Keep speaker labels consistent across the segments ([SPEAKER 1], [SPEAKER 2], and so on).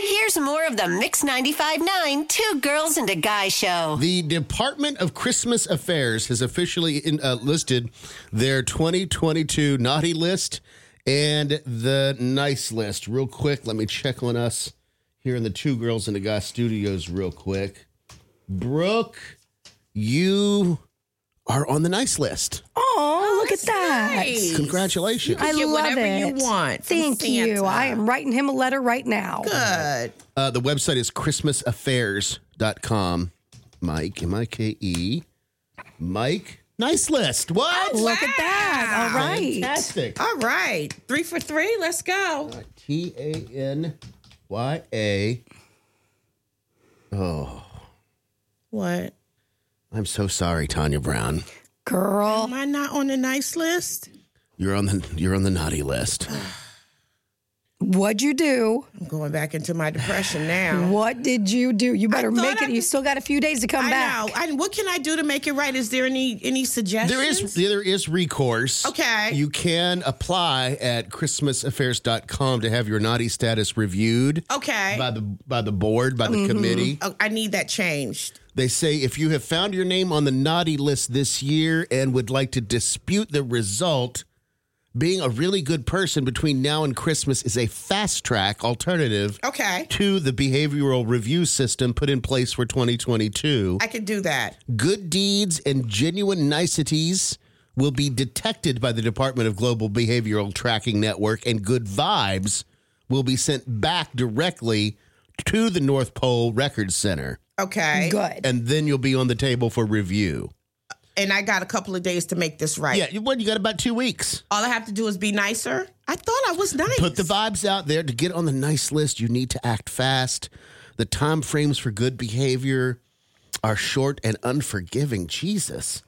[SPEAKER 1] Here's more of the Mix 95.9 Two Girls and a Guy Show.
[SPEAKER 2] The Department of Christmas Affairs has officially in, uh, listed their 2022 naughty list and the nice list. Real quick, let me check on us here in the Two Girls and a Guy studios, real quick. Brooke, you are on the nice list.
[SPEAKER 3] Oh, look at that.
[SPEAKER 4] Nice.
[SPEAKER 2] Congratulations.
[SPEAKER 3] I
[SPEAKER 4] Get
[SPEAKER 3] love
[SPEAKER 4] whatever
[SPEAKER 3] it.
[SPEAKER 4] you want from
[SPEAKER 3] Thank you.
[SPEAKER 4] Santa.
[SPEAKER 3] I am writing him a letter right now.
[SPEAKER 4] Good.
[SPEAKER 2] Uh, the website is christmasaffairs.com. Mike, M I K E. Mike, nice list. What?
[SPEAKER 3] Look at that. All right.
[SPEAKER 2] Fantastic.
[SPEAKER 4] All right. Three for three. Let's go.
[SPEAKER 2] T A N Y A. Oh,
[SPEAKER 4] What?
[SPEAKER 2] I'm so sorry, Tanya Brown.
[SPEAKER 3] Girl.
[SPEAKER 4] Am I not on the nice list?
[SPEAKER 2] You're on the you're on the naughty list.
[SPEAKER 3] What'd you do?
[SPEAKER 4] I'm going back into my depression now.
[SPEAKER 3] What did you do? You better
[SPEAKER 4] thought
[SPEAKER 3] make
[SPEAKER 4] I
[SPEAKER 3] it. You
[SPEAKER 4] could-
[SPEAKER 3] still got a few days to come
[SPEAKER 4] I
[SPEAKER 3] back.
[SPEAKER 4] know. And what can I do to make it right? Is there any any suggestions?
[SPEAKER 2] There is there is recourse.
[SPEAKER 4] Okay.
[SPEAKER 2] You can apply at christmasaffairs.com to have your naughty status reviewed
[SPEAKER 4] Okay.
[SPEAKER 2] by the by the board, by the committee.
[SPEAKER 4] Oh, I need that changed.
[SPEAKER 2] They say if you have found your name on the naughty list this year and would like to dispute the result, being a really good person between now and Christmas is a fast track alternative
[SPEAKER 4] Okay.
[SPEAKER 2] to the behavioral review system put in place for 2022.
[SPEAKER 4] I could do that.
[SPEAKER 2] Good deeds and genuine niceties will be detected by the Department of Global Behavioral Tracking Network, and good vibes will be sent back directly to the North Pole Records Center
[SPEAKER 4] Okay.
[SPEAKER 3] Good.
[SPEAKER 2] and then you'll be on the table for review.
[SPEAKER 4] And I got a couple of days to make this right.
[SPEAKER 2] Yeah, you- what you got about two weeks.
[SPEAKER 4] All I have to do is be nicer. I thought I was nice.
[SPEAKER 2] Put the vibes out there to get on the nice list. You need to act fast. The time frames for good behavior are short and unforgiving. Jesus,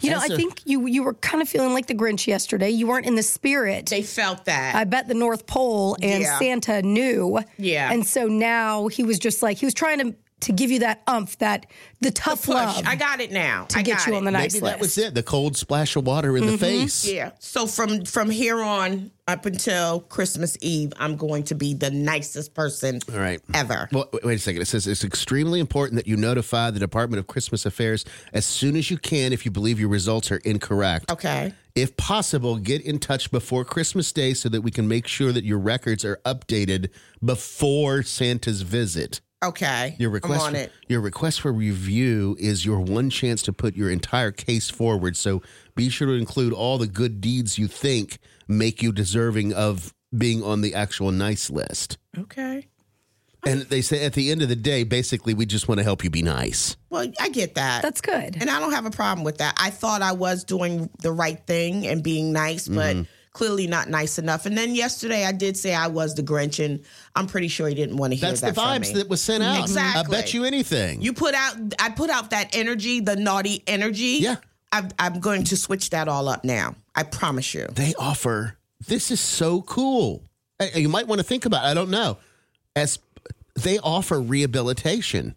[SPEAKER 3] You know, I
[SPEAKER 2] That's a-
[SPEAKER 3] think you you were kind of feeling like the Grinch yesterday. You weren't in the spirit.
[SPEAKER 4] They felt that.
[SPEAKER 3] I bet the North Pole and
[SPEAKER 4] Yeah.
[SPEAKER 3] Santa knew.
[SPEAKER 4] Yeah.
[SPEAKER 3] And so now he was just like he was trying to to give you that umph, that the tough
[SPEAKER 4] Push.
[SPEAKER 3] love
[SPEAKER 4] I got it now.
[SPEAKER 3] to
[SPEAKER 4] I
[SPEAKER 3] get
[SPEAKER 4] got
[SPEAKER 3] you
[SPEAKER 4] it.
[SPEAKER 3] on the nice
[SPEAKER 2] maybe
[SPEAKER 3] list.
[SPEAKER 2] that
[SPEAKER 3] Mm-hmm.
[SPEAKER 2] was it. The cold splash of water in the face.
[SPEAKER 4] Yeah. So from from here on up until Christmas Eve, I'm going to be the nicest person
[SPEAKER 2] All right.
[SPEAKER 4] ever.
[SPEAKER 2] Well, wait- wait a second. It says it's extremely important that you notify the Department of Christmas Affairs as soon as you can if you believe your results are incorrect.
[SPEAKER 3] Oh.
[SPEAKER 4] Okay.
[SPEAKER 2] If possible, get in touch before Christmas Day so that we can make sure that your records are updated before Santa's visit.
[SPEAKER 4] Okay.
[SPEAKER 2] Your request,
[SPEAKER 4] I'm on it.
[SPEAKER 2] your request for review is your one chance to put your entire case forward. So be sure to include all the good deeds you think make you deserving of being on the actual nice list.
[SPEAKER 4] Okay.
[SPEAKER 2] And they say at the end of the day, basically, we just want to help you be nice.
[SPEAKER 4] Well, I get that.
[SPEAKER 3] That's good.
[SPEAKER 4] and I don't have a problem with that. I thought I was doing the right thing and being nice, but
[SPEAKER 2] Mm-hmm.
[SPEAKER 4] clearly not nice enough. And then yesterday I did say I was the Grinch and I'm pretty sure he didn't want to hear
[SPEAKER 2] That's
[SPEAKER 4] that
[SPEAKER 2] the
[SPEAKER 4] from
[SPEAKER 2] vibes
[SPEAKER 4] me.
[SPEAKER 2] that was sent out. I
[SPEAKER 4] Exactly.
[SPEAKER 2] bet you anything.
[SPEAKER 4] You put out, I put out that energy, the naughty energy.
[SPEAKER 2] Yeah.
[SPEAKER 4] I'm, I'm going to switch that all up now. I promise you.
[SPEAKER 2] they offer this is so cool Uh, you might want to think about it, i don't know as they offer rehabilitation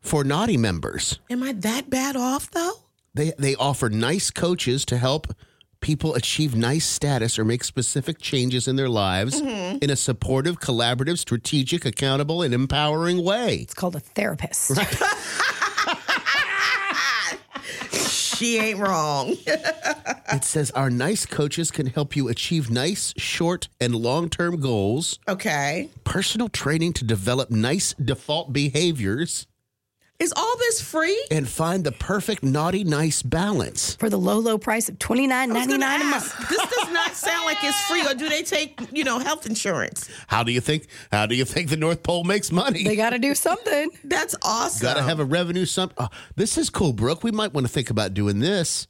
[SPEAKER 2] for naughty members
[SPEAKER 4] Am I that bad off though?
[SPEAKER 2] they they offer nice coaches to help people achieve nice status or make specific changes in their lives in a supportive collaborative strategic accountable and empowering way
[SPEAKER 3] it's called a therapist.
[SPEAKER 4] She ain't wrong.
[SPEAKER 2] it says our nice coaches can help you achieve nice short and long-term goals
[SPEAKER 4] okay.
[SPEAKER 2] personal training to develop nice default behaviors
[SPEAKER 4] Is all this free?
[SPEAKER 2] and find the perfect naughty nice balance.
[SPEAKER 3] For the low, low price of twenty nine
[SPEAKER 4] I was
[SPEAKER 3] ninety
[SPEAKER 4] gonna
[SPEAKER 3] nine a month.
[SPEAKER 4] ask, This does not sound like it's free. Or do they take, you know, health insurance?
[SPEAKER 2] How do you think how do you think the North Pole makes money?
[SPEAKER 3] They gotta do something.
[SPEAKER 4] That's awesome.
[SPEAKER 2] Got to have a revenue some oh, This is cool, Brooke. We might want to think about doing this.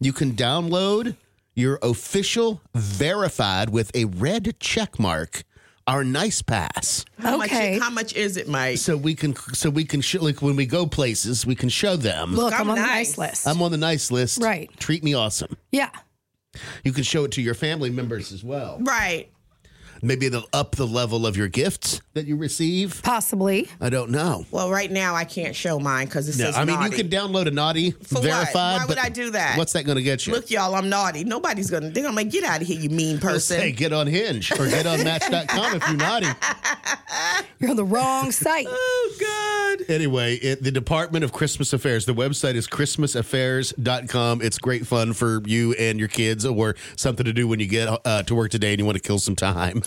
[SPEAKER 2] You can download your official verified with a red check mark our nice pass.
[SPEAKER 4] how much-
[SPEAKER 3] Okay.
[SPEAKER 4] how much is it, Mike?
[SPEAKER 2] So we can so we can show, like when we go places, we can show them.
[SPEAKER 3] Look, I'm,
[SPEAKER 4] I'm
[SPEAKER 3] on
[SPEAKER 4] nice.
[SPEAKER 3] the nice list.
[SPEAKER 2] I'm on the nice list.
[SPEAKER 3] Right.
[SPEAKER 2] Treat me awesome.
[SPEAKER 3] yeah.
[SPEAKER 2] You can show it to your family members as well.
[SPEAKER 4] Right.
[SPEAKER 2] Maybe they'll up the level of your gifts that you receive.
[SPEAKER 3] Possibly.
[SPEAKER 2] I don't know.
[SPEAKER 4] Well, right now I can't show mine because it
[SPEAKER 2] No,
[SPEAKER 4] says
[SPEAKER 2] I mean you
[SPEAKER 4] naughty.
[SPEAKER 2] can download a naughty
[SPEAKER 4] what?
[SPEAKER 2] verified.
[SPEAKER 4] Why would
[SPEAKER 2] but
[SPEAKER 4] I do that?
[SPEAKER 2] What's that going to get you?
[SPEAKER 4] Look, y'all, I'm naughty. Nobody's gonna. They're gonna like, get out of here, you mean person.
[SPEAKER 2] Hey, get on Hinge or get on Match.com if you're naughty.
[SPEAKER 3] You're on the wrong site.
[SPEAKER 4] Oh God.
[SPEAKER 2] Anyway, it, the Department of Christmas Affairs. The website is christmasaffairs.com. It's great fun for you and your kids or something to do when you get uh, to work today and you want to kill some time.